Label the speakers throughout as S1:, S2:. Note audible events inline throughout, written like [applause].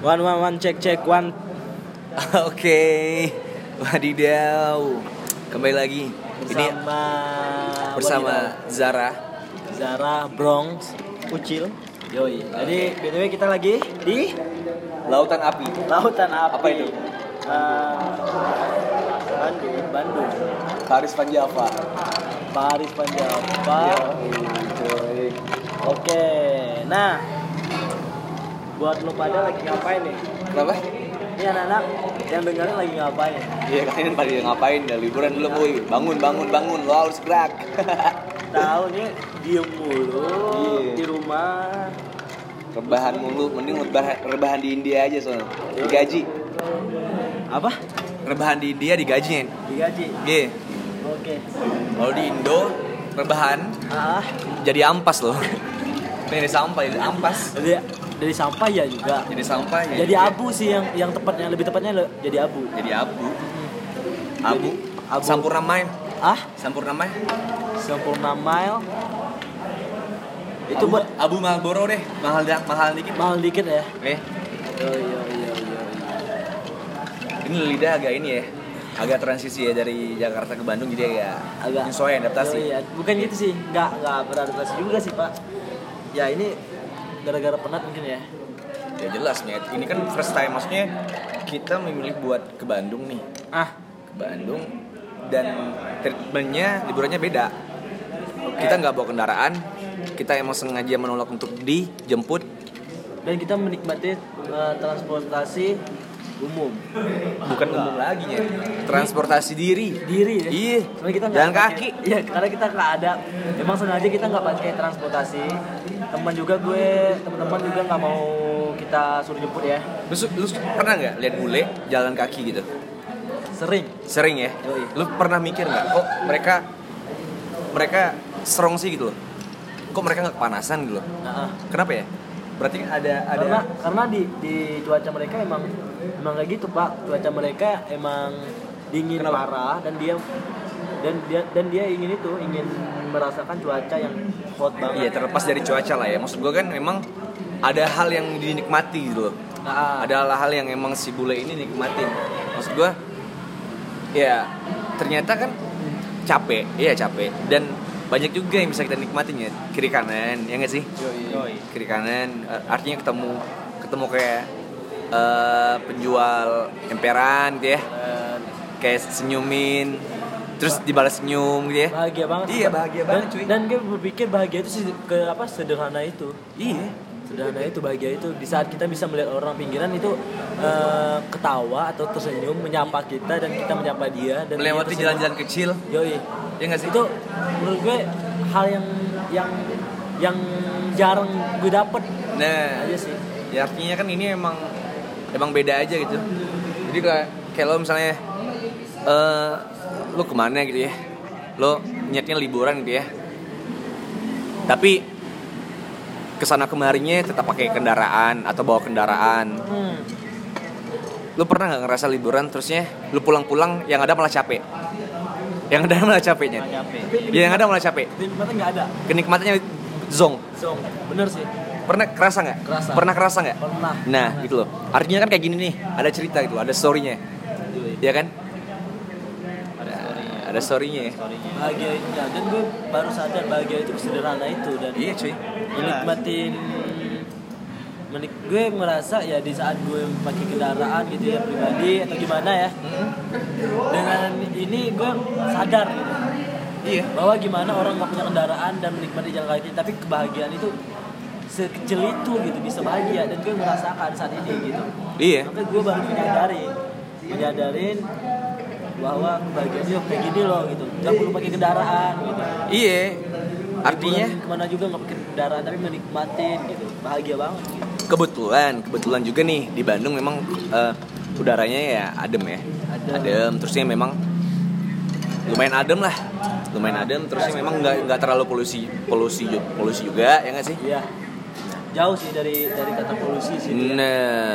S1: One one one cek cek one.
S2: [laughs] Oke, wadidaw. Kembali lagi. Ini
S1: Bersama
S2: bersama Zara.
S1: Wadidaw, Zara Bronx Ucil. Yoi. Jadi btw kita lagi di
S2: Lautan api.
S1: Lautan Api.
S2: Apa itu?
S1: Eh, Bandung, Bandung,
S2: Paris Van Java.
S1: Paris Panjava. Oke. Nah, buat lo pada lagi ngapain nih?
S2: Kenapa?
S1: Ini anak-anak yang dengerin lagi ngapain?
S2: Iya kalian pada ngapain? Udah liburan belum, boy? Bangun, bangun, bangun. Lo harus gerak. [laughs]
S1: Tahu nih diem mulu
S2: Iya.
S1: di rumah.
S2: rebahan mulu. Mending rebahan, rebahan di India aja soalnya. Digaji.
S1: Apa?
S2: Rebahan di India digajiin.
S1: Digaji.
S2: Iya.
S1: Oke.
S2: Kalau di Indo rebahan
S1: Ah,
S2: jadi ampas loh. [laughs] Ini ada sampah, jadi ampas.
S1: jadi dari sampah ya juga.
S2: Jadi sampah. ya.
S1: Jadi abu sih yang yang tepatnya lebih tepatnya le- jadi abu.
S2: Jadi abu. Abu.
S1: abu.
S2: Sampurna main.
S1: Ah,
S2: Sampurna main.
S1: sempurna mile. Itu
S2: Abu-
S1: buat
S2: Abu Marlboro deh, mahal dah, mahal dikit.
S1: mahal dikit ya.
S2: Eh,
S1: Yo yo yo yo.
S2: ini lidah agak ini ya. Agak transisi ya dari Jakarta ke Bandung jadi agak
S1: Agak
S2: penyesuaian adaptasi.
S1: Yo, iya. Bukan gitu sih, nggak nggak beradaptasi juga sih pak. Ya ini gara-gara penat mungkin ya.
S2: Ya jelasnya ini kan first time maksudnya kita memilih buat ke Bandung nih.
S1: Ah,
S2: Ke Bandung dan treatmentnya liburannya beda. Kita nggak bawa kendaraan, kita emang sengaja menolak untuk dijemput
S1: dan kita menikmati eh, transportasi umum
S2: bukan umum lagi ya transportasi diri
S1: diri ya.
S2: Iya.
S1: Soalnya kita
S2: Jalan
S1: nggak
S2: kaki.
S1: pakai- Iya, karena kita nggak ada. Emang sengaja kita nggak pakai transportasi. Teman juga gue, teman-teman juga nggak mau kita suruh jemput ya.
S2: lu, su- lu su- pernah nggak lihat bule jalan kaki gitu
S1: Sering.
S2: sering ya
S1: Yoi.
S2: lu pernah mikir nggak kok mereka mereka strong sih gitu loh kok mereka nggak kepanasan gitu loh
S1: Nah, ah.
S2: kenapa ya berarti kan ada ada
S1: karena karena di di cuaca mereka emang emang kayak gitu pak. Cuaca mereka emang dingin
S2: Kenapa?
S1: parah dan dia dan dia dan dia ingin itu ingin merasakan cuaca yang hot
S2: iya
S1: banget.
S2: terlepas dari cuaca lah ya maksud gua kan memang ada hal yang dinikmati gitu loh
S1: Nah, ah.
S2: ada hal-hal yang emang si bule ini nikmatin maksud gua ya ternyata kan capek iya capek dan banyak juga yang bisa kita nikmatin ya kiri kanan ya nggak sih
S1: Yoi.
S2: kiri kanan eh, artinya ketemu ketemu kayak eh, penjual emperan gitu ya
S1: Eh,
S2: kayak senyumin terus dibalas senyum gitu ya
S1: bahagia banget
S2: Iya, bahagia banget,
S1: dan,
S2: cuy.
S1: dan gue berpikir bahagia itu sih ke apa sederhana itu
S2: iya
S1: sederhana itu bahagia itu di saat kita bisa melihat orang pinggiran itu eh, ketawa atau tersenyum menyapa kita dan kita menyapa dia dan dia
S2: melewati
S1: tersenyum.
S2: jalan-jalan kecil
S1: yoi
S2: ya nggak sih
S1: itu menurut gue hal yang yang yang jarang gue dapet
S2: nah
S1: aja sih
S2: ya artinya kan ini emang emang beda aja gitu jadi kayak kayak lo misalnya eh lo kemana gitu ya lo niatnya liburan gitu ya tapi kesana kemarinya tetap pakai kendaraan atau bawa kendaraan
S1: hmm.
S2: lo pernah nggak ngerasa liburan terusnya lo pulang-pulang yang ada malah capek yang ada malah capeknya ya, yang ada malah capek
S1: nikmatnya nggak ada
S2: kenikmatannya zong
S1: so bener sih
S2: pernah kerasa nggak
S1: Kerasa.
S2: pernah kerasa nggak
S1: pernah
S2: Nah, gitu loh. Artinya kan kayak gini nih, ada cerita gitu, loh, ada story-nya.
S1: Yoi.
S2: Ya kan? Ada ada story-nya. ya.
S1: bahagia ya, dan gue baru sadar bahagia itu sederhana itu dan
S2: Iya, cuy.
S1: menikmatin menik gue merasa ya di saat gue pakai kendaraan gitu ya pribadi atau gimana ya dengan ini gue sadar gitu
S2: Iya.
S1: bahwa gimana orang nggak punya kendaraan dan menikmati jalan kaki tapi kebahagiaan itu sekecil itu gitu bisa bahagia dan gue merasakan saat ini gitu
S2: Iya.
S1: Makanya gue baru menyadari menyadarin bahwa kebahagiaan itu kayak gini loh gitu nggak perlu pakai kendaraan gitu
S2: Iya. Artinya
S1: Liburan kemana juga nggak pakai kendaraan tapi menikmatin gitu bahagia banget gitu.
S2: kebetulan, kebetulan juga nih di Bandung memang eh, udaranya ya adem ya.
S1: Adem.
S2: Adem, terusnya memang lumayan adem lah. Lumayan adem, terusnya memang nggak nggak terlalu polusi polusi ju- polusi juga ya nggak sih?
S1: iya jauh sih dari dari kata polusi sih itu ya.
S2: Nah,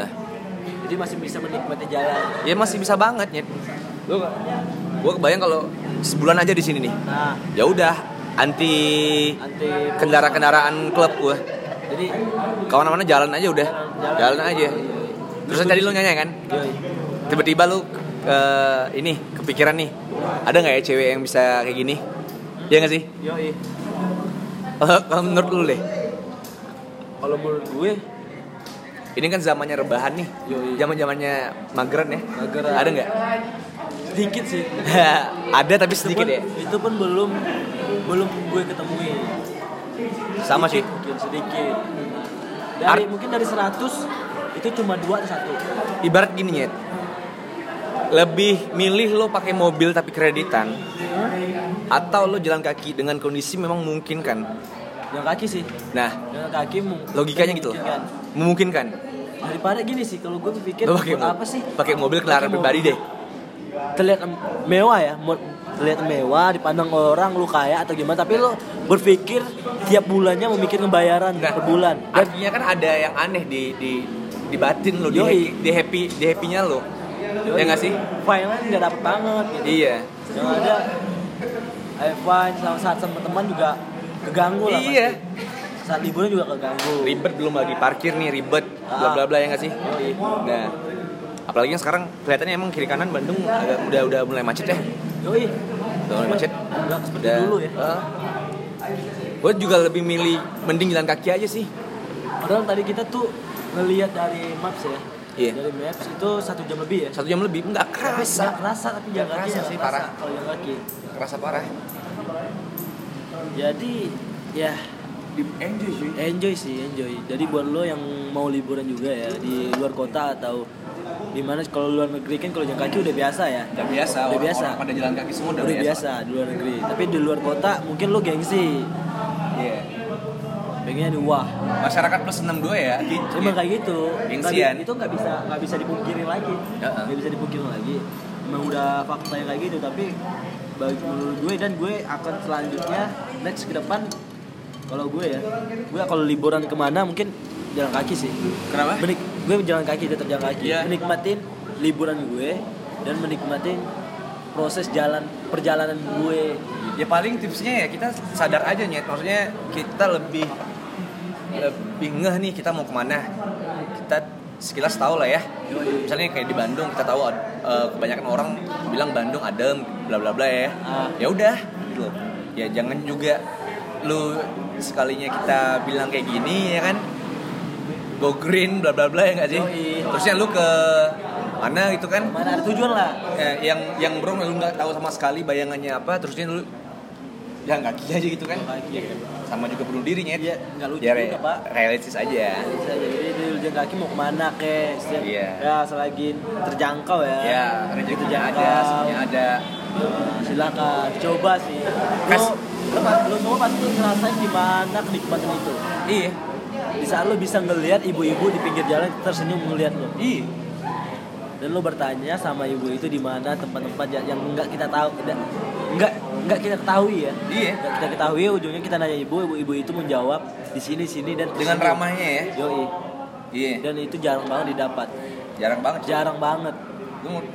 S1: jadi masih bisa menikmati jalan
S2: ya masih bisa banget ya.
S1: lu
S2: Gue kebayang kalau sebulan aja di sini nih.
S1: nah
S2: ya udah anti
S1: anti
S2: kendara-kendaraan klub gue
S1: jadi
S2: kawan mana jalan aja udah jalan aja Terus tadi lu nyanyi kan?
S1: Yoi.
S2: Tiba-tiba lu eh, ini kepikiran nih. Ada nggak ya cewek yang bisa kayak gini? Iya nggak sih? [laughs]
S1: Yoi.
S2: Eh, Kalau menurut lu deh.
S1: Kalau menurut gue,
S2: Ini kan zamannya rebahan nih.
S1: Yoi.
S2: Zaman-zamannya mageran ya.
S1: Mageran.
S2: Ada nggak? [laughs]
S1: sedikit sih.
S2: ada tapi
S1: Itu
S2: sedikit
S1: pun-
S2: ya.
S1: Itu pun belum belum gue ketemuin.
S2: Sama sih.
S1: Mungkin sedikit.
S2: Hmm. Art-
S1: Dari mungkin dari 100 itu cuma 2 atau 1.
S2: Ibarat gini ya. Lebih milih lo pakai mobil tapi kreditan Hmm? atau lo jalan kaki dengan kondisi memang memungkinkan.
S1: Yang kaki sih.
S2: Nah,
S1: Yang kaki mung-
S2: logikanya gitu.
S1: memungkinkan.
S2: Memungkinkan.
S1: Daripada gini sih kalau gue pikir
S2: Lo pakai
S1: buat apa sih?
S2: Pakai mobil kendaraan
S1: Pakai
S2: pribadi
S1: mobil.
S2: deh.
S1: terlihat em- mewah ya mo- terlihat mewah dipandang orang lu kaya atau gimana tapi lu berpikir tiap bulannya mau mikir ngebayaran
S2: Nah,
S1: per bulan dan
S2: Artinya kan ada yang aneh di di di batin lo, di,
S1: Yoi.
S2: happy- di happy di happy-nya lo. Ya nggak sih?
S1: finalnya nggak dapet banget gitu
S2: Iya.
S1: yang ada I find sama saat sama teman juga keganggu lah
S2: Iya.
S1: pasti. saat liburan juga keganggu
S2: Ribet belum lagi parkir nih, ribet
S1: Ah.
S2: bla bla bla ya nggak sih?
S1: Yoi.
S2: Nah, apalagi yang sekarang kelihatannya emang kiri kanan Bandung agak udah udah mulai macet ya.
S1: Yoi.
S2: Udah mulai macet.
S1: nggak seperti
S2: Udah.
S1: dulu ya
S2: gue juga lebih milih mending jalan kaki aja sih.
S1: padahal tadi kita tuh ngelihat dari maps ya
S2: Iya.
S1: dari maps itu satu jam lebih ya
S2: Satu jam lebih nggak
S1: Nggak
S2: kerasa,
S1: kerasa tapi jalan
S2: Nggak
S1: kaki
S2: kerasa
S1: nggak
S2: sih,
S1: kerasa
S2: parah.
S1: kalau jalan kaki
S2: kerasa parah.
S1: jadi ya
S2: enjoy sih.
S1: enjoy sih enjoy jadi buat lo yang mau liburan juga ya di luar kota atau di mana kalau luar negeri kan kalau jalan kaki udah biasa ya
S2: Udah biasa,
S1: Udah
S2: udah
S1: biasa.
S2: biasa. pada jalan kaki semua udah,
S1: udah biasa di luar negeri tapi di luar kota mungkin lo gengsi
S2: Iya.
S1: pengennya di wah
S2: Masyarakat plus 62 ya. Gitu.
S1: emang kayak gitu Nggak bi-
S2: Gengsian.
S1: itu nggak bisa nggak bisa dipungkirin lagi
S2: Ya.
S1: nggak bisa dipungkirin lagi emang udah faktanya kayak gitu tapi bagi menurut gue dan gue akan selanjutnya next ke depan kalau gue ya gue kalau liburan kemana mungkin jalan kaki sih
S2: Kenapa?
S1: Menik gue jalan kaki tetap jalan kaki
S2: Iya.
S1: menikmatin liburan gue dan menikmatin proses jalan perjalanan gue
S2: Ya paling tipsnya ya kita sadar aja nyet. Maksudnya kita lebih lebih ngeh nih kita mau kemana. Kita sekilas tahu lah ya. Misalnya kayak di Bandung kita tahu eh, kebanyakan orang bilang Bandung adem, bla bla bla ya.
S1: Ah.
S2: Ya udah gitu. Ya jangan juga lu sekalinya kita bilang kayak gini ya kan go green bla bla bla ya nggak sih
S1: Yoi.
S2: terusnya lu ke mana gitu kan
S1: mana ada tujuan lah
S2: Eh, yang yang bro lu nggak tahu sama sekali bayangannya apa terusnya lu ya kaki aja gitu kan sama juga bunuh dirinya
S1: Iya, nggak lucu juga, Pak. Iya.
S2: realistis aja
S1: bisa jadi di ujung kaki mau kemana ke setiap
S2: Iya.
S1: ya selagi terjangkau ya
S2: ya rezeki
S1: terjangkau
S2: ada semuanya ada
S1: Nah, silakan coba sih
S2: Kas-
S1: lo lo, pa- lo semua pasti ngerasain gimana kenikmatan itu
S2: iya
S1: di saat lo bisa ngelihat ibu-ibu di pinggir jalan tersenyum ngelihat lo
S2: iya
S1: dan lo bertanya sama ibu itu di mana tempat-tempat ya- yang nggak kita tahu nggak nggak nggak kita ketahui ya
S2: iya
S1: Nggak kita ketahui ujungnya kita nanya ibu ibu ibu itu menjawab di sini sini dan
S2: dengan
S1: tersenyum.
S2: ramahnya ya
S1: Yoi.
S2: iya
S1: dan itu jarang banget didapat
S2: jarang banget
S1: jarang banget
S2: Gua mau-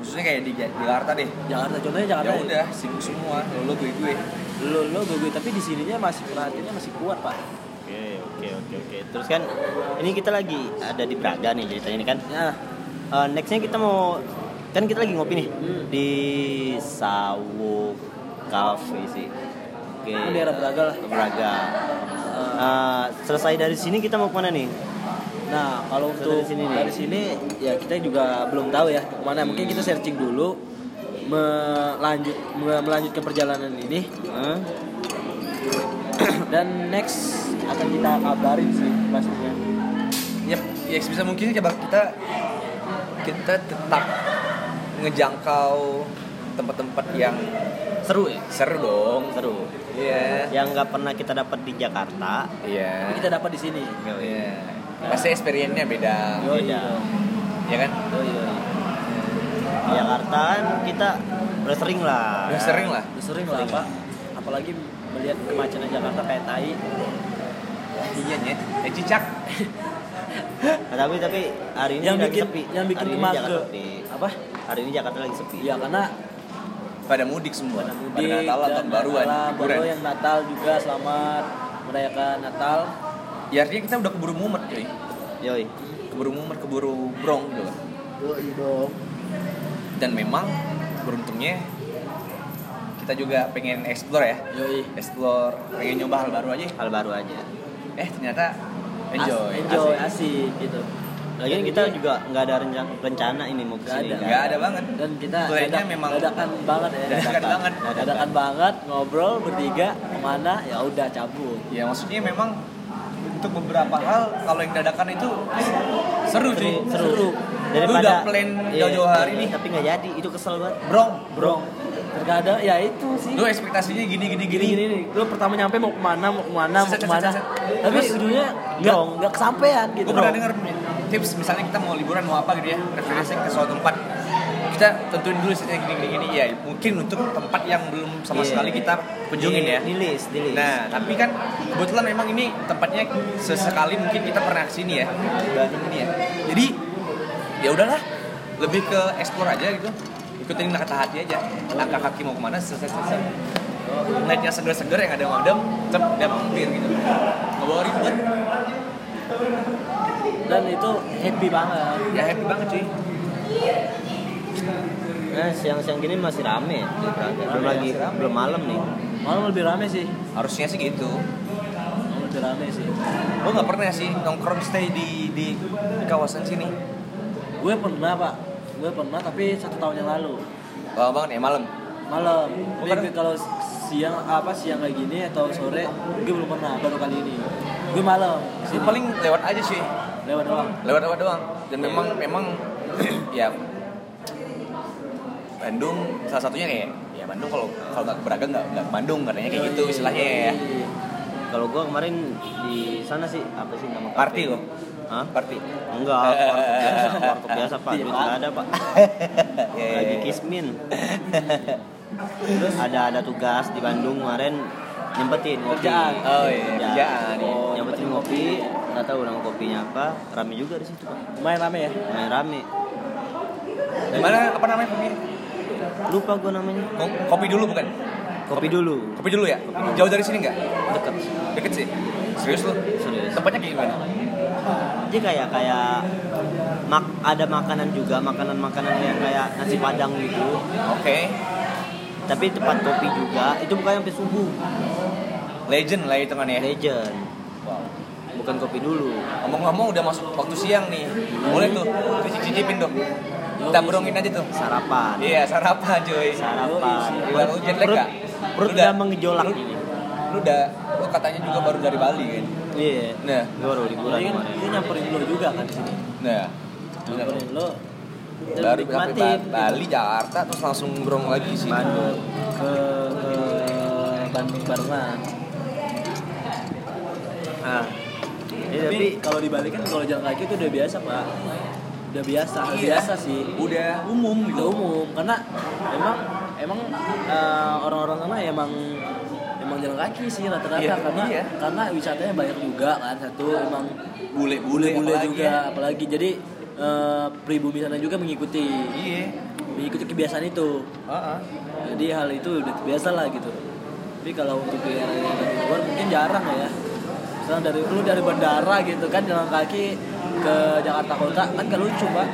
S2: khususnya kayak di Ja- Jakarta deh
S1: Jakarta contohnya
S2: ya
S1: Jakarta ya
S2: udah sibuk semua lo gue gue
S1: lo lo gue, gue tapi di sininya masih perhatiannya masih kuat pak
S3: Oke, oke, oke, oke. Terus kan ini kita lagi ada di Braga nih ceritanya ini kan.
S1: nah
S3: Eh, nextnya kita mau kan kita lagi ngopi nih
S1: Hmm.
S3: di Sawo Cafe sih. Oke.
S1: Ini Kan daerah Braga lah.
S3: Braga. Eh, selesai dari sini kita mau kemana nih?
S1: nah kalau untuk
S3: Terus dari sini nih. Hmm.
S1: dari sini ya kita juga belum tahu ya kemana mungkin kita searching dulu melanjut me- melanjutkan perjalanan ini
S3: Hah?
S1: [coughs] dan next akan kita kabarin sih pastinya
S2: ya, ya sebisa mungkin coba kita kita tetap ngejangkau tempat-tempat yang
S3: Seru ya?
S2: seru dong
S3: Seru.
S2: iya
S3: Yang nggak pernah kita dapat di Jakarta.
S2: iya
S1: kita dapat di sini
S2: iya pasti experience-nya beda
S1: Yo,
S3: Iya.
S2: ya kan
S1: yo yo
S3: Di Jakarta kan kita udah sering lah.
S2: udah sering lah
S1: Udah sering lah pak apalagi melihat kemacetan Jakarta kayak tai
S2: iya nyet eh cicak
S3: Nah, tapi tapi hari ini
S1: yang
S3: lagi
S1: bikin
S3: sepi.
S1: yang bikin
S3: hari ini
S1: kemake
S3: Jakarta sepi.
S1: apa
S3: Hari ini Jakarta lagi sepi.
S1: ya karena
S2: pada mudik semua
S1: Pada mudik
S2: Natal
S1: dan
S2: tahun baruan
S1: Natal,
S2: liburan.
S1: baru ya. yang Natal juga selamat merayakan Natal.
S2: ya artinya kita udah keburu mumet cuy
S3: Yoi.
S2: keburu mumet keburu brong gitu kan.
S4: Yoi dong.
S2: dan memang beruntungnya kita juga pengen explore ya
S1: Yoi.
S2: explore pengen nyoba hal baru aja
S3: Hal baru aja.
S2: eh ternyata enjoy
S1: As- enjoy
S2: asik.
S1: asik gitu
S3: Lagian
S1: Dan
S3: kita
S1: ini
S3: juga nggak ada rencana, rencana ini mau
S1: nggak
S3: kesini.
S1: ada
S2: Nggak ada banget.
S1: dan kita
S2: Plannya
S1: dadak-
S2: memang-
S1: dadakan banget ya
S2: Dadakan banget.
S1: dadakan banget ngobrol bertiga kemana ya udah cabut
S2: ya maksudnya memang untuk beberapa hal kalau yang dadakan itu seru cuy Lu udah plan
S3: Iya,
S2: jauh-jauh hari nih
S3: Tapi nggak jadi, itu kesel banget.
S2: brong
S1: bro terkadang ya itu sih
S2: lu ekspektasinya gini gini gini,
S1: gini gini nih lu pertama nyampe mau kemana mau kemana mau
S2: Set, set,
S1: kemana
S2: set, set.
S1: tapi
S2: Terus,
S1: ujungnya nggak nggak kesampean gitu
S2: gue pernah dengar tips misalnya kita mau liburan mau apa gitu ya referensi ke suatu tempat kita tentuin dulu setnya gini gini gini ya mungkin untuk tempat yang belum sama
S3: Iya.
S2: sekali kita kunjungin
S1: Iya,
S2: ya
S3: Di list, di list.
S2: Nah, tapi kan kebetulan memang ini tempatnya sesekali mungkin kita pernah kesini ya, Bandung ini ya. Jadi ya udahlah, lebih ke explore aja gitu, ikutin kata hati aja. Langkah kaki mau kemana, selesai selesai. Ngeliatnya seger-seger yang ada ngadem, cep, dia mampir gitu. Nggak bawa ribet,
S1: dan itu happy banget
S2: ya happy banget cuy.
S1: Eh,
S3: Nah, siang-siang gini masih rame ya. di Braga. Belum
S1: Rame,
S3: lagi,
S1: masih rame.
S3: belum malam nih.
S1: malam lebih rame sih
S2: Harusnya sih gitu.
S1: malam lebih rame sih
S2: Gue nggak pernah sih nongkrong stay di, di di kawasan sini.
S1: gue pernah pak gue pernah tapi satu tahun yang lalu
S2: Lama banget ya malam.
S1: malam
S2: Oh,
S1: Jadi
S2: kadang-
S1: kalau siang apa siang kayak gini atau sore gue belum pernah baru kali ini gue malam
S2: Sih, paling lewat aja sih.
S1: lewat doang
S2: lewat-lewat doang dan memang memang ya Bandung salah satunya nih ya Bandung kalau kalau nggak ke Braga nggak nggak ke Bandung katanya kayak gitu istilahnya ya
S3: Kalau gua kemarin di sana sih apa sih nama
S2: party
S3: kafe?
S2: loh
S3: Hah?
S2: party
S3: Enggak, warteg biasa, warteg biasa Pak.
S1: Iya,
S3: Duit
S1: Pak.
S3: nggak ada, Pak.
S2: Ya, ya,
S3: Lagi
S2: ya.
S3: kismin. Terus ada ada tugas di Bandung kemarin nyempetin ngopi.
S1: Kerjaan.
S2: oh iya kerjaan ya.
S1: Oh,
S3: nyempetin ngopi, nggak tahu nama kopinya apa. Rame juga di situ, Pak.
S1: lumayan rame ya
S3: Main rame.
S2: gimana apa namanya kopi
S3: Lupa gua namanya.
S2: Ko- kopi dulu bukan
S3: Kopi dulu.
S2: kopi dulu ya jauh dari sini nggak
S3: Dekat.
S2: deket sih serius lu
S3: Serius.
S2: tempatnya kayak gimana
S3: Jadi kayak kayak mak ada makanan juga, makanan-makanan yang kayak nasi padang gitu.
S2: oke
S3: Tapi tempat kopi juga. Itu bukan sampai subuh.
S2: legend lah hitungannya ya.
S3: Legend.
S2: wow.
S3: Bukan kopi dulu.
S2: ngomong-ngomong udah masuk waktu siang nih boleh tuh cicip-cicipin dong kita burungin aja tuh
S3: Sarapan.
S2: Iya sarapan cuy.
S3: Sarapan.
S2: Gila lu jet lag
S3: Perut-
S2: gak?
S3: perut
S2: Lu
S3: udah mengejolak
S2: lu-
S3: ini.
S2: Lu udah, lu katanya juga baru dari Bali kan?
S3: Iya.
S2: Nah,
S3: Gue baru liburan
S1: Jadi kan
S3: kemarin.
S1: itu nyamperin lo juga kan di sini
S2: nah. Udah.
S1: nyamperin lo Dan
S2: Baru sampai
S1: nikmatin
S2: Ba- Bali, Jakarta, terus langsung brong lagi sih.
S1: Bandung ke ke Bandung barengan Nah,
S3: Ah. Iya,
S1: tapi
S3: tapi
S1: kalau di Bali kan kalau jalan kaki itu udah biasa pak udah biasa hal
S2: Iya.
S1: biasa sih
S2: Udah umum
S1: udah
S2: gitu.
S1: umum karena emang emang eh, orang-orang sana emang emang jalan kaki sih rata-rata
S2: Iya,
S1: karena
S2: iya.
S1: karena wisatanya banyak juga kan satu emang
S2: Bule-bule
S1: bule-bule
S2: apalagi
S1: juga ya. apalagi jadi eh, pribumi sana juga mengikuti
S2: ya. Iya.
S1: mengikuti kebiasaan itu
S2: Heeh.
S1: jadi hal itu udah biasa lah gitu tapi kalau untuk di daerah dari luar mungkin jarang ya misalnya dari lu dari bandara gitu kan jalan kaki ke Jakarta Kota kan gak lucu pak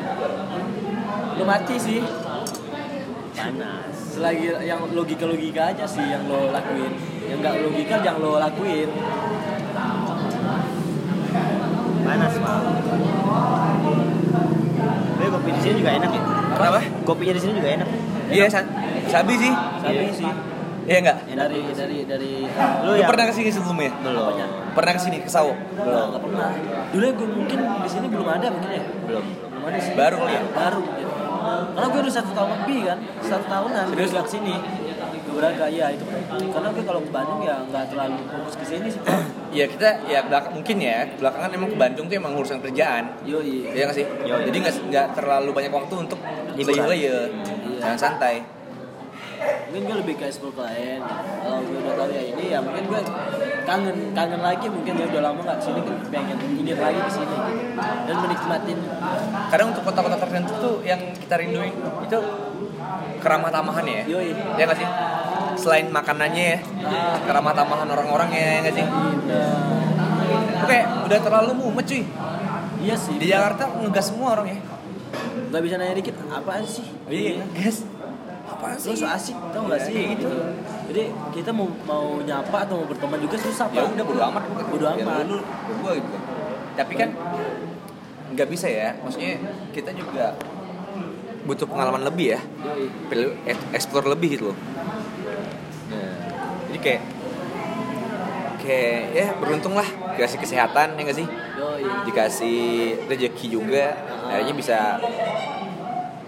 S1: lu mati sih
S3: panas.
S1: selagi yang logika logika aja sih yang lo lakuin yang nggak logika jangan lo lakuin
S3: Panas pak. Tapi kopi di sini juga enak ya.
S2: Kenapa?
S3: Kopinya di sini juga enak.
S2: Iya, sa- sabi sih.
S1: tapi sih
S2: Iya enggak?
S1: dari dari dari eh,
S2: Lu
S3: Lu yang
S2: pernah kesini sebelumnya?
S3: belum?
S2: Pernah kesini ke Sawo?
S1: nggak nggak pernah dulu ya gue mungkin di sini belum ada mungkin ya
S3: Belum.
S1: belum ada sih
S2: Baru kali ya?
S1: baru gitu. karena gue udah satu tahun lebih kan satu tahunan terus gak kesini ke Braga ya itu karena gue kalau ke Bandung ya nggak terlalu fokus ke sini sih Pak.
S2: Ya kita ya belak- mungkin ya belakangan emang ke Bandung tuh emang urusan kerjaan.
S1: yoi
S2: Iya nggak sih?
S3: Iya, iya.
S2: Jadi nggak nggak terlalu banyak waktu untuk
S3: Liburan.
S2: layer-layer.
S1: Iya.
S2: Jangan santai.
S1: mungkin gue lebih ke explore klien kalau gue udah tahu ya ini ya mungkin gue kangen kangen lagi mungkin gue udah lama nggak kesini gue pengen ingin lagi ke sini gitu. dan menikmatin
S2: Kadang untuk kota-kota tertentu tuh yang kita rinduin itu keramah tamahan ya.
S1: Yoi.
S2: Iya nggak sih? Selain makanannya ya,
S1: Ah.
S2: keramah iya tamahan orang-orangnya ya nggak sih?
S1: Nah,
S2: Oke, udah terlalu mumet cuy.
S1: Iya sih.
S2: Di Jakarta ngegas semua orang ya.
S1: Gak bisa nanya dikit, apaan sih?
S2: Iya, ngegas. Apaan
S1: Lo
S2: sih?
S1: so asik tau gak
S2: Iya,
S1: sih?
S2: kayak gitu.
S1: Gitu. Jadi kita mau mau nyapa atau mau berteman juga susah
S2: Ya
S1: Pak.
S2: udah bodo amat.
S1: Bodo
S2: Ya
S1: amat.
S2: lu, gua gitu. Tapi kan nggak bisa ya. Maksudnya kita juga butuh pengalaman lebih ya.
S1: Yoi.
S2: perlu ek- explore lebih gitu loh. Nah, jadi kayak kayak ya beruntung lah dikasih kesehatan ya nggak sih?
S1: Yoi.
S2: Dikasih rezeki juga, akhirnya bisa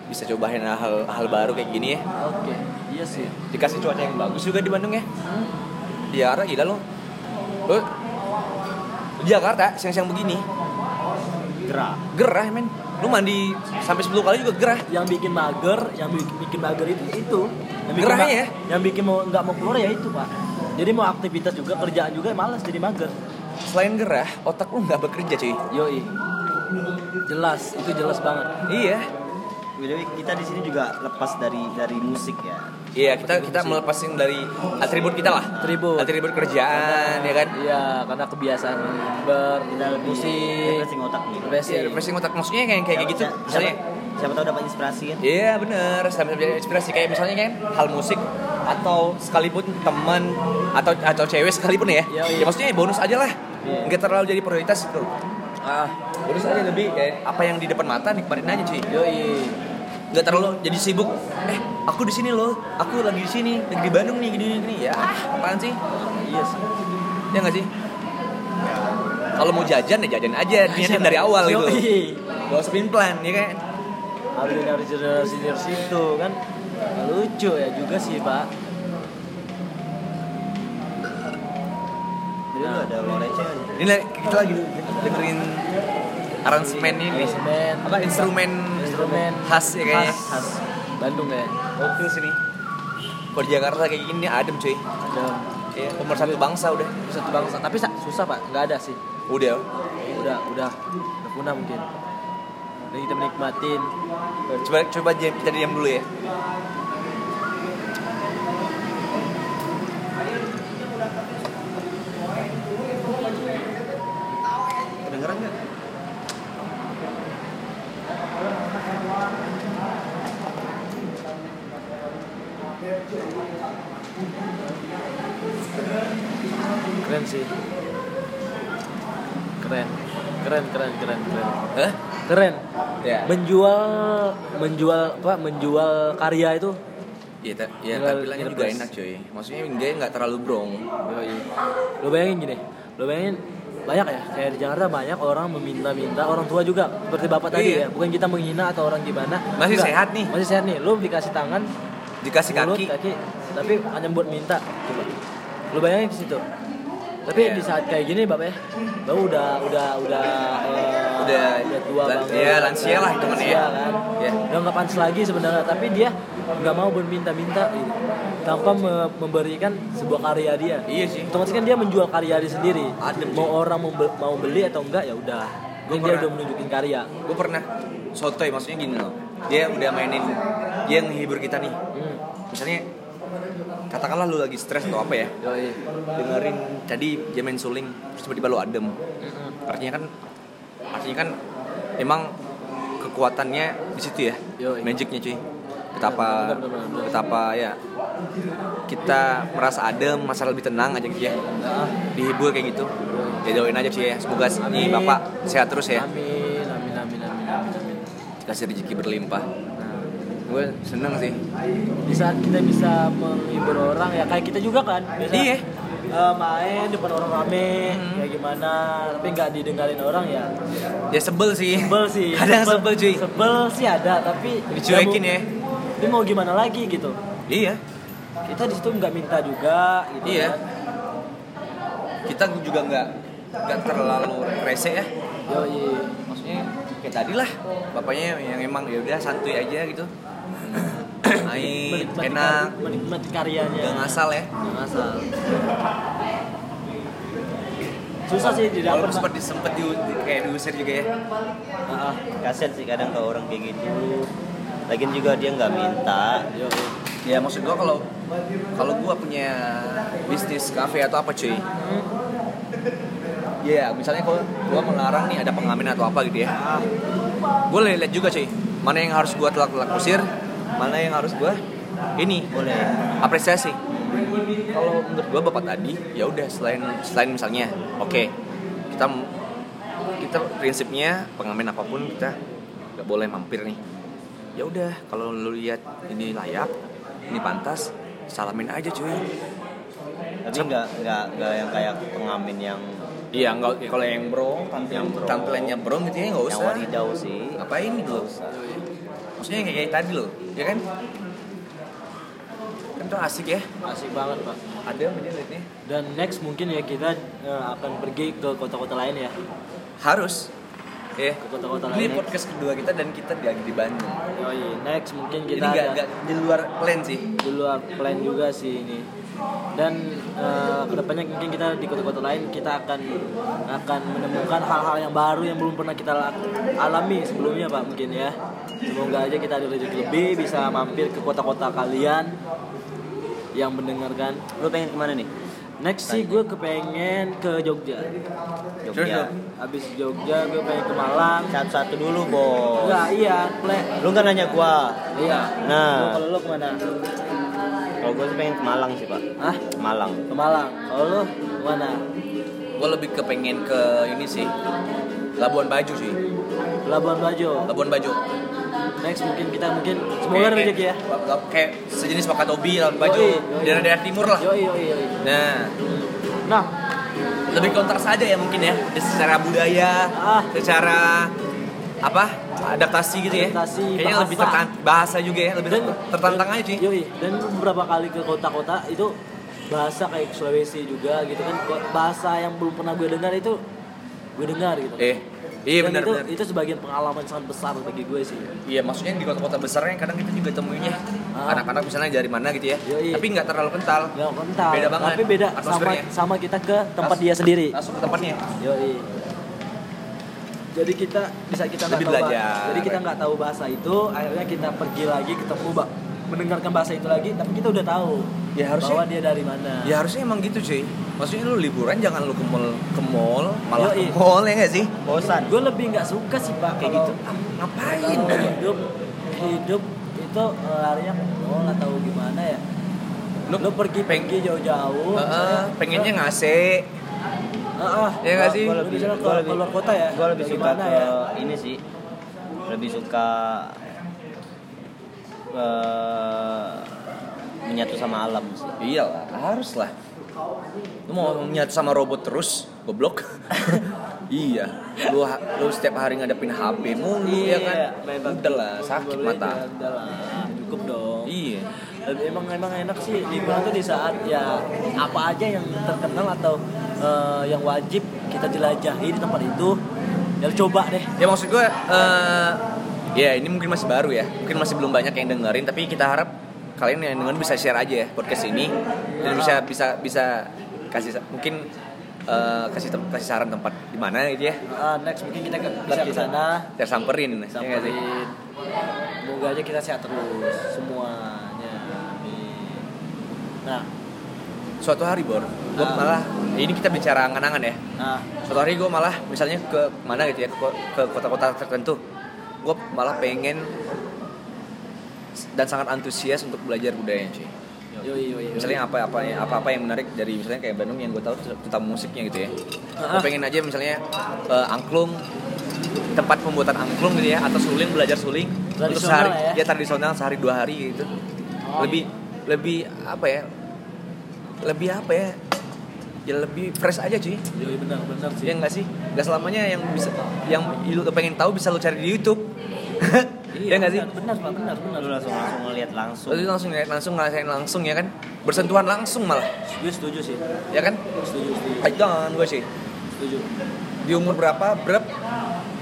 S2: bisa cobain hal hal baru kayak gini ya.
S1: Oke. Iya sih.
S2: Dikasih cuaca yang bagus juga di Bandung ya.
S1: Hmm.
S2: Di Arab gila lo. Lo di Jakarta siang-siang begini
S3: gerah
S2: gerah men. Lu mandi sampai 10 kali juga gerah.
S1: Yang bikin mager, yang bikin, bikin mager itu itu. Yang bikin
S2: Gerahnya
S1: ma-
S2: ya?
S1: Yang bikin mau nggak mau keluar ya itu Pak. Jadi mau aktivitas juga kerjaan juga malas jadi mager.
S2: Selain gerah, otak lu nggak bekerja cuy.
S1: Yoi. Jelas, itu jelas banget.
S2: Iya,
S3: By the way, kita di sini juga lepas dari dari musik ya
S2: Iya kita kita melepasin dari atribut kita lah.
S1: Atribut.
S2: Atribut kerjaan ya kan.
S1: Iya, karena kebiasaan Iya, bermusik,
S3: refreshing otak nih
S2: Iya,
S1: refreshing.
S2: refreshing otak maksudnya kayak kayak gitu.
S3: siapa,
S2: Misalnya.
S3: siapa tahu dapat inspirasi kan
S2: Iya bener, sambil jadi inspirasi kayak misalnya kan hal musik atau sekalipun teman atau atau cewek sekalipun
S1: Iya,
S2: ya.
S1: iya.
S2: Ya maksudnya bonus aja lah.
S1: Iya.
S2: Enggak terlalu jadi prioritas gitu. Ah, bonus aja lebih kayak apa yang di depan mata nikmatin aja cuy.
S1: Yoi.
S2: Enggak terlalu jadi sibuk. Eh, aku di sini loh. Aku lagi di sini, lagi di Bandung nih gini gini. Ya, apaan sih?
S1: Iya sih.
S2: Ya nggak sih? Kalau mau jajan ya jajan aja, niatin dari awal gitu.
S1: Yoi.
S2: Gak usah pin plan, ya kan?
S1: Harus dari generasi dari situ kan Nggak lucu ya juga sih pak.
S3: jadi lu ada Lorece kan?
S2: Ini lah, kita lagi dengerin aransemen ini.
S1: Instrumen,
S2: Apa instrumen
S1: instrumen
S2: khas ya kayaknya.
S1: Iya, khas, khas Bandung ya.
S2: Oke sini. Kalau di Jakarta kayak gini adem cuy.
S1: Ada
S2: Ya, pemersatu bangsa udah.
S1: satu bangsa, tapi sa- susah pak, nggak ada sih.
S2: Udah.
S1: Udah, udah, udah punah mungkin. Jadi kita menikmatin.
S2: Coba coba jam, kita diam dulu ya.
S3: kedengeran nggak
S1: Keren sih. Keren, keren, keren, keren, keren.
S2: Hah?
S1: Keren.
S2: Ya.
S1: Menjual, menjual apa? Menjual karya itu.
S2: Iya, ta- ya,
S1: Tinggal
S2: tampilannya juga
S1: direbus.
S2: enak cuy. Maksudnya dia nggak terlalu brong.
S1: Yoi. Lo bayangin gini, lo bayangin banyak ya kayak di Jakarta banyak orang meminta-minta orang tua juga seperti bapak tadi ya
S2: Iya.
S1: bukan kita menghina atau orang gimana
S2: Masih
S1: Enggak.
S2: sehat nih.
S1: masih sehat nih lo dikasih tangan
S2: Dikasih
S1: mulut, kan?
S2: kaki,
S1: kaki tapi hanya buat minta coba lo bayangin ke situ tapi
S2: Iya.
S1: di saat kayak gini bapak ya lo udah udah udah eh,
S2: Udah,
S1: udah tua
S2: lan-
S1: banget
S2: iya, lansia lah hitungannya ya.
S1: Lansia kan
S2: Iya.
S1: udah nggak pantas lagi sebenarnya tapi dia nggak mau berminta-minta gitu tanpa me- memberikan sebuah karya dia
S2: Iya sih.
S1: otomatis kan dia menjual karya dia sendiri
S2: Adem,
S1: mau orang mau, be- mau beli atau enggak ya udah yang dia
S2: pernah-
S1: udah menunjukin karya
S2: gue pernah sotoy maksudnya gini loh dia udah mainin dia ngehibur kita nih
S1: hmm.
S2: misalnya katakanlah lu lagi stres atau apa ya
S1: Yoi.
S2: dengerin tadi dia main suling terus tiba-tiba lu adem
S1: Mm-mm.
S2: artinya kan artinya kan emang kekuatannya di situ ya
S1: Yoi.
S2: magicnya cuy
S1: iya. Benar,
S2: betapa
S1: benar, benar, benar.
S2: betapa ya kita merasa adem merasa lebih tenang aja gitu ya
S1: Nah,
S2: dihibur kayak gitu ya doain aja cuy ya semoga
S1: Amin.
S2: ini bapak sehat terus ya
S1: amin amin amin amin amin, amin.
S2: kasih rezeki berlimpah
S1: Nah,
S2: gue seneng sih
S1: di saat kita bisa menghibur orang ya kayak kita juga kan bisa
S2: Iya.
S1: eh, main depan orang rame kayak gimana tapi nggak didengarin orang ya
S2: Ya sebel sih.
S1: sebel
S2: [laughs]
S1: sih
S2: Kadang sebel, cuy.
S1: sebel sih ada tapi
S2: Dicuekin
S1: mau-
S2: ya.
S1: tapi mau gimana lagi gitu
S2: Iya.
S1: kita di situ nggak minta juga gitu
S2: Iya.
S1: kan.
S2: Kita juga nggak nggak terlalu rese ya.
S1: Yoi.
S2: Maksudnya kayak tadi lah. Bapaknya yang emang ya udah santuy aja gitu. [clears throat] Main
S1: Menikmati
S2: enak.
S1: kar- menikmati karyanya
S2: Gak ngasal ya.
S1: Nggak ngasal. susah sih di dapur
S2: Walaupun sempat disempet di, di- kayak diusir juga ya.
S1: Ah, ah.
S3: kasian sih kadang kalau orang kayak gitu lagian juga dia nggak minta
S1: Yoi.
S2: Ya maksud gua kalau kalau gua punya bisnis kafe atau apa cuy. Iya, misalnya kalau gua melarang nih ada pengamen atau apa gitu ya. Gua lihat juga cuy, mana yang harus gua telak-telak kusir, mana yang harus gua ini boleh apresiasi. Kalau menurut gua bapak tadi, ya udah selain selain misalnya, oke kita kita prinsipnya pengamen apapun kita nggak boleh mampir nih. Ya udah, kalau lu lihat ini layak, ini pantas, salamin aja cuy.
S3: tapi nggak nggak nggak yang kayak pengamen yang
S2: Iya, nggak kalau yang bro, tampil,
S3: Yang bro.
S2: tampilannya bro gitu ya nggak
S3: yang
S2: usah.
S3: wadidau sih
S2: ngapain gitu loh maksudnya kayak, kayak tadi loh ya kan kan tuh asik ya
S1: Asik banget pak.
S2: ada apa dia liatnya?
S1: Dan next mungkin ya kita eh, akan pergi ke kota-kota lain ya.
S2: harus ya
S1: Ke kota-kota
S2: ini
S1: lain.
S2: podcast kedua kita dan kita lagi di Bandung
S1: Yoi, next mungkin
S2: jadi
S1: kita
S2: nggak
S1: ada
S2: nggak di luar plan sih
S1: di luar plan juga sih ini. Dan eh, kedepannya mungkin kita di kota-kota lain kita akan akan menemukan hal-hal yang baru yang belum pernah kita la- alami sebelumnya pak mungkin ya. Semoga aja kita ada rezeki lebih bisa mampir ke kota-kota kalian yang mendengarkan.
S3: lu pengen kemana nih
S1: Next sih gue kepengen ke Jogja.
S2: Terus
S3: Jogja
S2: dong.
S1: Abis Jogja gue pengen ke Malang.
S3: satu satu dulu bos
S1: Enggak, iya, plek.
S3: lu nggak nanya gua
S1: Iya. Lu
S3: nah
S1: Kalau lu kemana?
S3: kalau gua sih pengen ke Malang sih pak
S1: Hah?
S3: Malang
S1: Ke Malang. Kalau lu kemana?
S2: gue lebih kepengen ke ini sih Labuan Bajo sih
S1: Labuan Bajo.
S2: Labuan Bajo
S1: Next mungkin kita mungkin semoga ada
S2: Kayak-
S1: rezeki ya.
S2: kayak- kayak sejenis Wakatobi Labuan Bajo
S1: Yoi, yoi.
S2: daerah-daerah timur lah
S1: Yoi, yoi, yoi.
S2: nah
S1: Nah,
S2: lebih kontras aja ya mungkin ya secara budaya
S1: Ah.
S2: secara apa adaptasi gitu ya
S1: Adaptasi,
S2: kayaknya
S1: bahasa.
S2: lebih tertan- bahasa juga ya lebih
S1: Dan-
S2: tertantang aja sih
S1: yoi. Dan beberapa kali ke kota-kota itu bahasa kayak Sulawesi juga gitu kan Ko- bahasa yang belum pernah gue dengar itu gue dengar gitu.
S2: eh iya
S1: Dan
S2: benar
S1: itu,
S2: benar
S1: itu sebagian pengalaman sangat besar bagi gue sih.
S2: iya maksudnya di kota-kota besarnya kadang kita juga temuinnya
S1: Ah.
S2: anak-anak misalnya dari mana gitu ya
S1: Yoi.
S2: tapi nggak terlalu kental
S1: Gak kental.
S2: Beda banget
S1: Tapi beda sama
S2: atmosfernya.
S1: sama kita ke tempat dia sendiri.
S2: langsung ke tempatnya
S1: Yoi. Jadi kita bisa kita nggak
S2: Lebih
S1: tahu bah-
S2: belajar.
S1: Jadi kita nggak tahu bahasa itu, akhirnya kita pergi lagi ketemu bak mendengarkan bahasa itu lagi, tapi kita udah tahu
S2: Ya, harusnya-
S1: bahwa dia dari mana.
S2: ya harusnya emang gitu sih maksudnya lu liburan jangan lu ke mall ke mall malah
S1: Yoi.
S2: ke mall ya nggak sih
S3: bosan
S1: Gue lebih nggak suka sih pak
S3: Kayak
S1: kalau-
S3: gitu.
S2: Ah,
S1: kalau
S2: ngapain
S1: hidup hidup itu eh, larinya ke mall atau gimana ya. Lu,
S2: Lu-
S1: pergi pergi jauh-jauh.
S2: Eh, eh,
S1: misalnya,
S2: pengennya
S1: eh,
S2: ngAC
S1: eh, eh,
S2: ya nggak
S3: Gua-
S2: sih
S1: Lu
S3: gua lebih
S1: misalnya
S3: Iya gua
S1: ke-
S3: lebih
S1: keluar kota ya?
S3: gua lebih
S1: Atau
S3: suka
S1: gimana
S3: ke
S1: ya?
S3: ini sih lebih suka ke eh, menyatu sama alam sih
S2: Iyalah, harus Iya lah. Lu mau nyatu sama robot terus, [laughs] goblok. iya, lu ha- lu setiap hari ngadepin HP mulu
S3: Iya
S2: ya kan.
S1: Iya, main PUBG.
S2: Udah lah, sakit
S1: Boleh,
S2: mata.
S1: udah lah. Cukup dong.
S2: Iya.
S1: Dan emang emang enak sih liburan tuh di saat ya apa aja yang terkenal atau eh, yang wajib kita jelajahi di tempat itu ya coba deh
S2: Ya maksud gue eh ya ini mungkin masih baru ya. Mungkin masih belum banyak yang dengerin tapi kita harap kalian yang dengerin bisa share aja ya podcast ini dan bisa bisa bisa kasih sa- mungkin eh, kasih tem- kasih saran tempat di mana gitu ya.
S1: Eh, next mungkin kita ke, bisa
S2: Tapi
S1: ke sana
S2: biar samperin, ya nggak sih?
S1: sampai semoga aja kita sehat terus semuanya Amin. nah
S2: Suatu hari Bor, gue
S1: Ah.
S2: malah ini kita bicara angan-angan ya.
S1: nah
S2: suatu hari gue malah misalnya ke mana gitu ya ke ko- ke kota-kota tertentu gue malah pengen dan sangat antusias untuk belajar budayanya cuy
S1: yoi yoi, yoi.
S2: misalnya apa apa apa apa yang menarik dari misalnya kayak Bandung yang gue tahu tuh tentang musiknya gitu ya gue
S1: Ah.
S2: pengen aja misalnya eh, angklung tempat pembuatan angklung gitu ya atau suling belajar suling untuk
S1: Tradisional
S2: sehari
S1: ya? Oh.
S2: ya tradisional sehari dua hari gitu lebih lebih apa ya lebih apa ya ya lebih fresh aja cuy
S1: yoi benar benar sih
S2: Ya enggak sih? Enggak selamanya yang bisa yang lu pengen tahu bisa lu cari di YouTube. [laughs] ya enggak sih?
S1: Iya, benar, benar Pak, benar benar
S3: lu langsung langsung ngeliat langsung
S2: Lalu langsung ngeliat langsung ngerasain langsung ya kan? Bersentuhan langsung malah,
S1: gue setuju sih
S2: ya kan?
S1: setuju setuju
S2: Itu angan gue sih.
S1: setuju
S2: Di umur berapa, berep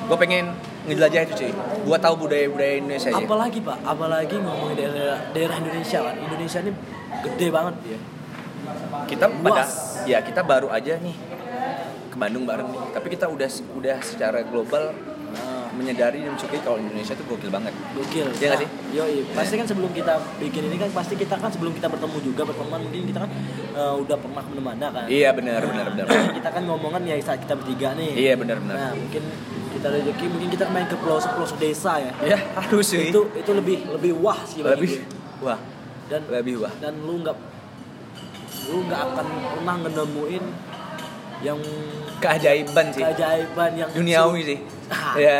S2: gue pengen ngejelajah itu cuy. Gue tahu budaya-budaya Indonesia aja.
S1: apalagi pak apalagi ngomongin daerah daerah Indonesia kan Indonesia ini gede banget
S2: Iya.
S1: ya
S2: Kita pada
S1: Luas.
S2: ya kita baru aja nih ke Bandung bareng nih. Tapi kita udah udah secara global menyadari dan mensyukuri kalau Indonesia tuh gokil banget.
S1: Nah, Gokil.
S2: Iya nggak sih?
S1: Yo, Pasti kan sebelum kita bikin ini kan pasti kita kan sebelum kita bertemu juga berteman mungkin kita kan eh, udah pernah kemana-mana kan.
S2: Iya benar benar benar.
S1: kita kan ngomongan ya saat kita bertiga nih.
S2: Iya benar benar.
S1: Nah mungkin kita rezeki mungkin kita main ke pelosok pelosok desa ya.
S2: Ya harus sih.
S1: Itu itu lebih lebih wah sih bagi
S2: lebih
S1: gue.
S2: wah
S1: dan
S2: lebih wah.
S1: dan lu nggak lu nggak akan pernah ngenemuin yang
S2: Keajaiban sih.
S1: keajaiban yang
S2: Duniawi
S1: se-
S2: sih.
S1: Ah,
S2: Iya.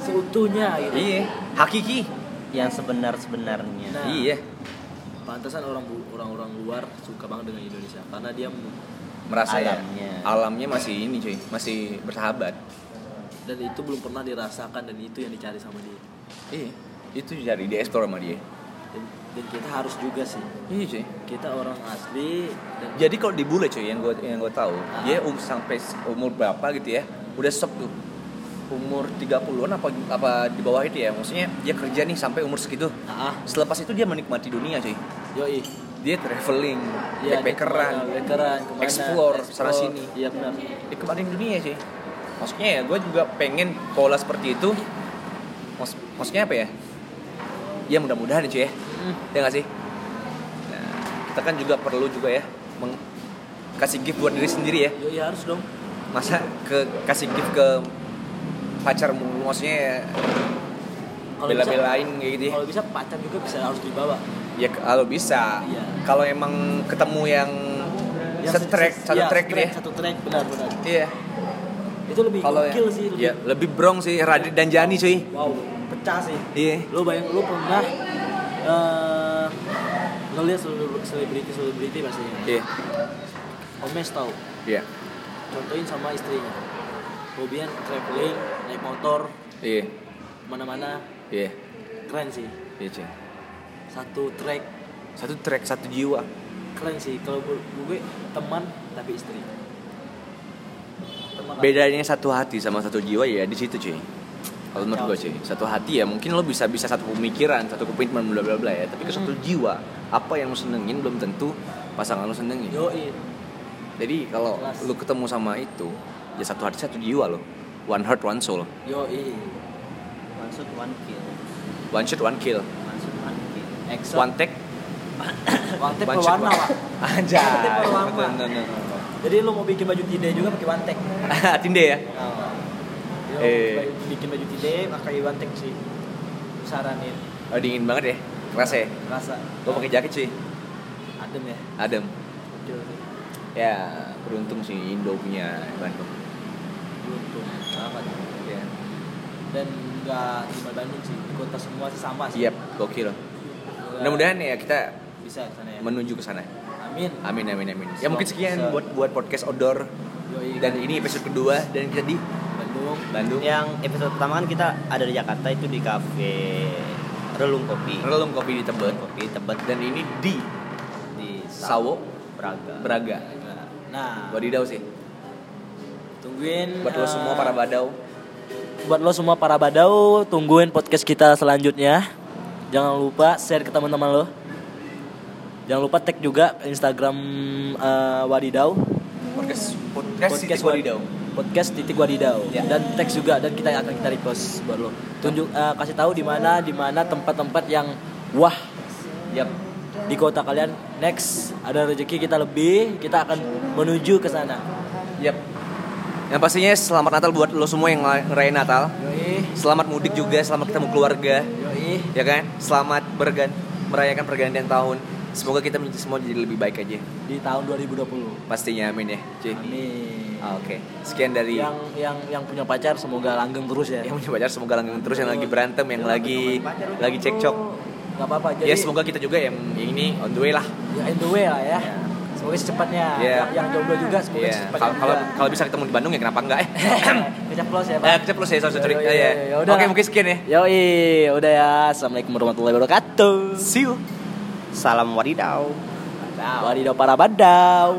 S1: seutuhnya gitu.
S2: Iya. Hakiki.
S3: yang sebenar sebenarnya
S1: Nah,
S2: Iya.
S1: Pantesan orang orang-orang luar suka banget dengan Indonesia karena dia
S2: Merasa
S3: Alamnya.
S2: ya. Alamnya masih ini cuy, masih bersahabat.
S1: dan itu belum pernah dirasakan dan itu yang dicari sama dia.
S2: Iya. Itu jadi di explore sama dia.
S1: Dan, dan kita harus juga sih.
S2: Iya cuy.
S1: Kita orang asli dan
S2: Jadi kalau di bule cuy yang gue yang gue tahu,
S1: Ah.
S2: dia um, sampai s- umur berapa gitu ya, udah stop tuh. Umur 30-an apa apa di bawah itu ya. Maksudnya dia kerja nih sampai umur segitu.
S1: ah, ah,
S2: Selepas itu dia menikmati dunia cuy.
S1: yoi.
S2: Dia traveling,
S1: Iya, dia kemana,
S2: backpackeran.
S1: backpackeran, kemana,
S2: Explore,
S1: explore.
S2: sana sini.
S1: Iya benar.
S2: Dia kemarin dunia cuy. Maksudnya ya gue juga pengen pola seperti itu. Maks- maksudnya apa ya? Ya mudah-mudahan ya, cuy ya.
S1: Hmm.
S2: Ya nggak sih? Nah, kita kan juga perlu juga ya meng- kasih gift buat diri sendiri ya.
S1: Yoi harus dong.
S2: masa ke kasih gift ke pacar mulu maksudnya ya,
S1: Kalau
S2: bela-belain kayak gitu
S1: bisa,
S2: ya
S1: kalau bisa pacar juga bisa harus dibawa.
S2: ya kalau bisa
S1: Iya.
S2: kalau emang ketemu yang
S1: Yang
S2: satu
S1: se-
S2: track
S1: se-
S2: satu
S1: iya,
S2: track gitu
S1: track,
S2: ya
S1: satu track benar benar.
S2: iya
S1: Itu lebih
S2: kalau
S1: gokil sih lebih.
S2: ya lebih brong sih Radit dan Jani cuy
S1: Wow, pecah sih.
S2: iya
S1: Lu bayang lu pernah eh ngeliat sele- selebriti-selebriti pastinya.
S2: iya
S1: ya? Omes tahu,
S2: iya
S1: contohin sama istrinya. Hobian traveling, naik motor,
S2: iya
S1: mana-mana
S2: iya
S1: keren sih.
S2: iya cuy
S1: Satu track
S2: satu track satu jiwa
S1: keren sih kalau gue, gue teman tapi istri. Teman
S2: bedanya satu hati sama satu jiwa ya di situ cuy kalau menurut gue cuy satu hati ya mungkin lo bisa bisa satu pemikiran satu komitmen bla bla bla ya tapi ke
S1: Hmm.
S2: satu jiwa apa yang lo senengin belum tentu pasangan lo senengin
S1: Yoi,
S2: jadi kalau
S1: Jelas.
S2: lo ketemu sama itu ya satu hati satu jiwa lo one heart one soul
S1: yoi.
S3: maksud one kill
S2: one shot one kill
S3: maksud one kill
S1: Excel.
S2: one take
S1: Wantek
S2: one shot
S1: pewarna,
S2: one
S1: Pak.
S2: [laughs] aja
S1: Wantek pewarna. Jadi lu mau bikin baju tinde juga pakai wantek.
S2: [laughs] tinde ya
S1: Yo,
S2: Eh.
S1: bikin baju tinde pakai wantek sih. Saranin
S2: oh, dingin banget ya kerasa ya
S1: rasa
S2: gue pakai jaket cuy
S1: adem ya.
S2: adem
S1: Gokil sih.
S2: ya beruntung sih Indo punya Bandung
S1: Beruntung banget.
S2: ya
S1: Dan nggak cuma Bandung sih, di kota semua sih sama sih.
S2: Yap, gokil.
S1: Nggak-
S2: Iya. Mudah-mudahan ya kita
S1: bisa ke sana ya.
S2: menuju ke sana.
S1: Amin.
S2: Amin amin amin. Ya mungkin sekian
S3: Bisa.
S2: buat buat podcast outdoor
S1: Yoi,
S2: dan ini episode kedua dan kita di
S1: Bandung.
S2: Bandung.
S3: yang episode pertama kan kita ada di Jakarta itu di kafe Relung Kopi
S2: Relum kopi di Tebet
S3: Kopi Tebet
S2: dan ini di
S3: di
S2: Sawo
S3: Braga
S2: Braga.
S1: Nah,
S2: Wadidau sih.
S1: tungguin
S2: Buat lo
S1: eh,
S2: semua para badau.
S1: buat lo semua para badau tungguin podcast kita selanjutnya jangan lupa share ke teman-teman lo jangan lupa tag juga instagram eh, wadidau
S2: Podcast podcast, podcast
S1: Wad-
S2: Wadidau.
S1: podcast titik wadidau
S2: Ya.
S1: dan tag juga dan kita akan kita repost buat lo tunjuk eh, kasih tahu di mana di mana tempat-tempat yang wah
S2: Yap.
S1: di kota kalian next ada rezeki kita lebih kita akan menuju ke sana
S2: Yap. Yang pastinya selamat Natal buat lo semua yang ngerayain Natal.
S1: yoi
S2: Selamat mudik juga, selamat ketemu keluarga.
S1: yoi
S2: ya kan selamat bergan merayakan pergantian tahun semoga kita men- semua jadi lebih baik aja
S1: di tahun 2020
S2: pastinya amin ya cuy
S1: amin
S2: Ah, oke sekian dari
S1: yang yang yang punya pacar semoga langgeng terus ya
S2: yang punya pacar semoga langgeng terus yang lagi berantem yang lagi lagi cekcok
S1: nggak apa-apa jadi
S2: ya semoga kita juga yang yang ini on the way lah
S1: ya in the way lah ya semoga secepatnya
S2: Iya.
S1: yang jomblo juga semoga
S2: ya
S1: secepatnya
S2: kalau kalau
S1: juga.
S2: kalau bisa ketemu di Bandung ya kenapa enggak eh
S1: [coughs] Keceplos ya
S2: Eh,
S1: pak
S2: kita perlu saya satu cerita
S1: Yaudah,
S2: ya
S1: yaudah, yaudah.
S2: oke mungkin sekian ya
S1: yoi udah ya assalamualaikum warahmatullahi wabarakatuh
S2: see you
S3: salam wadidau
S1: wadidaw para badau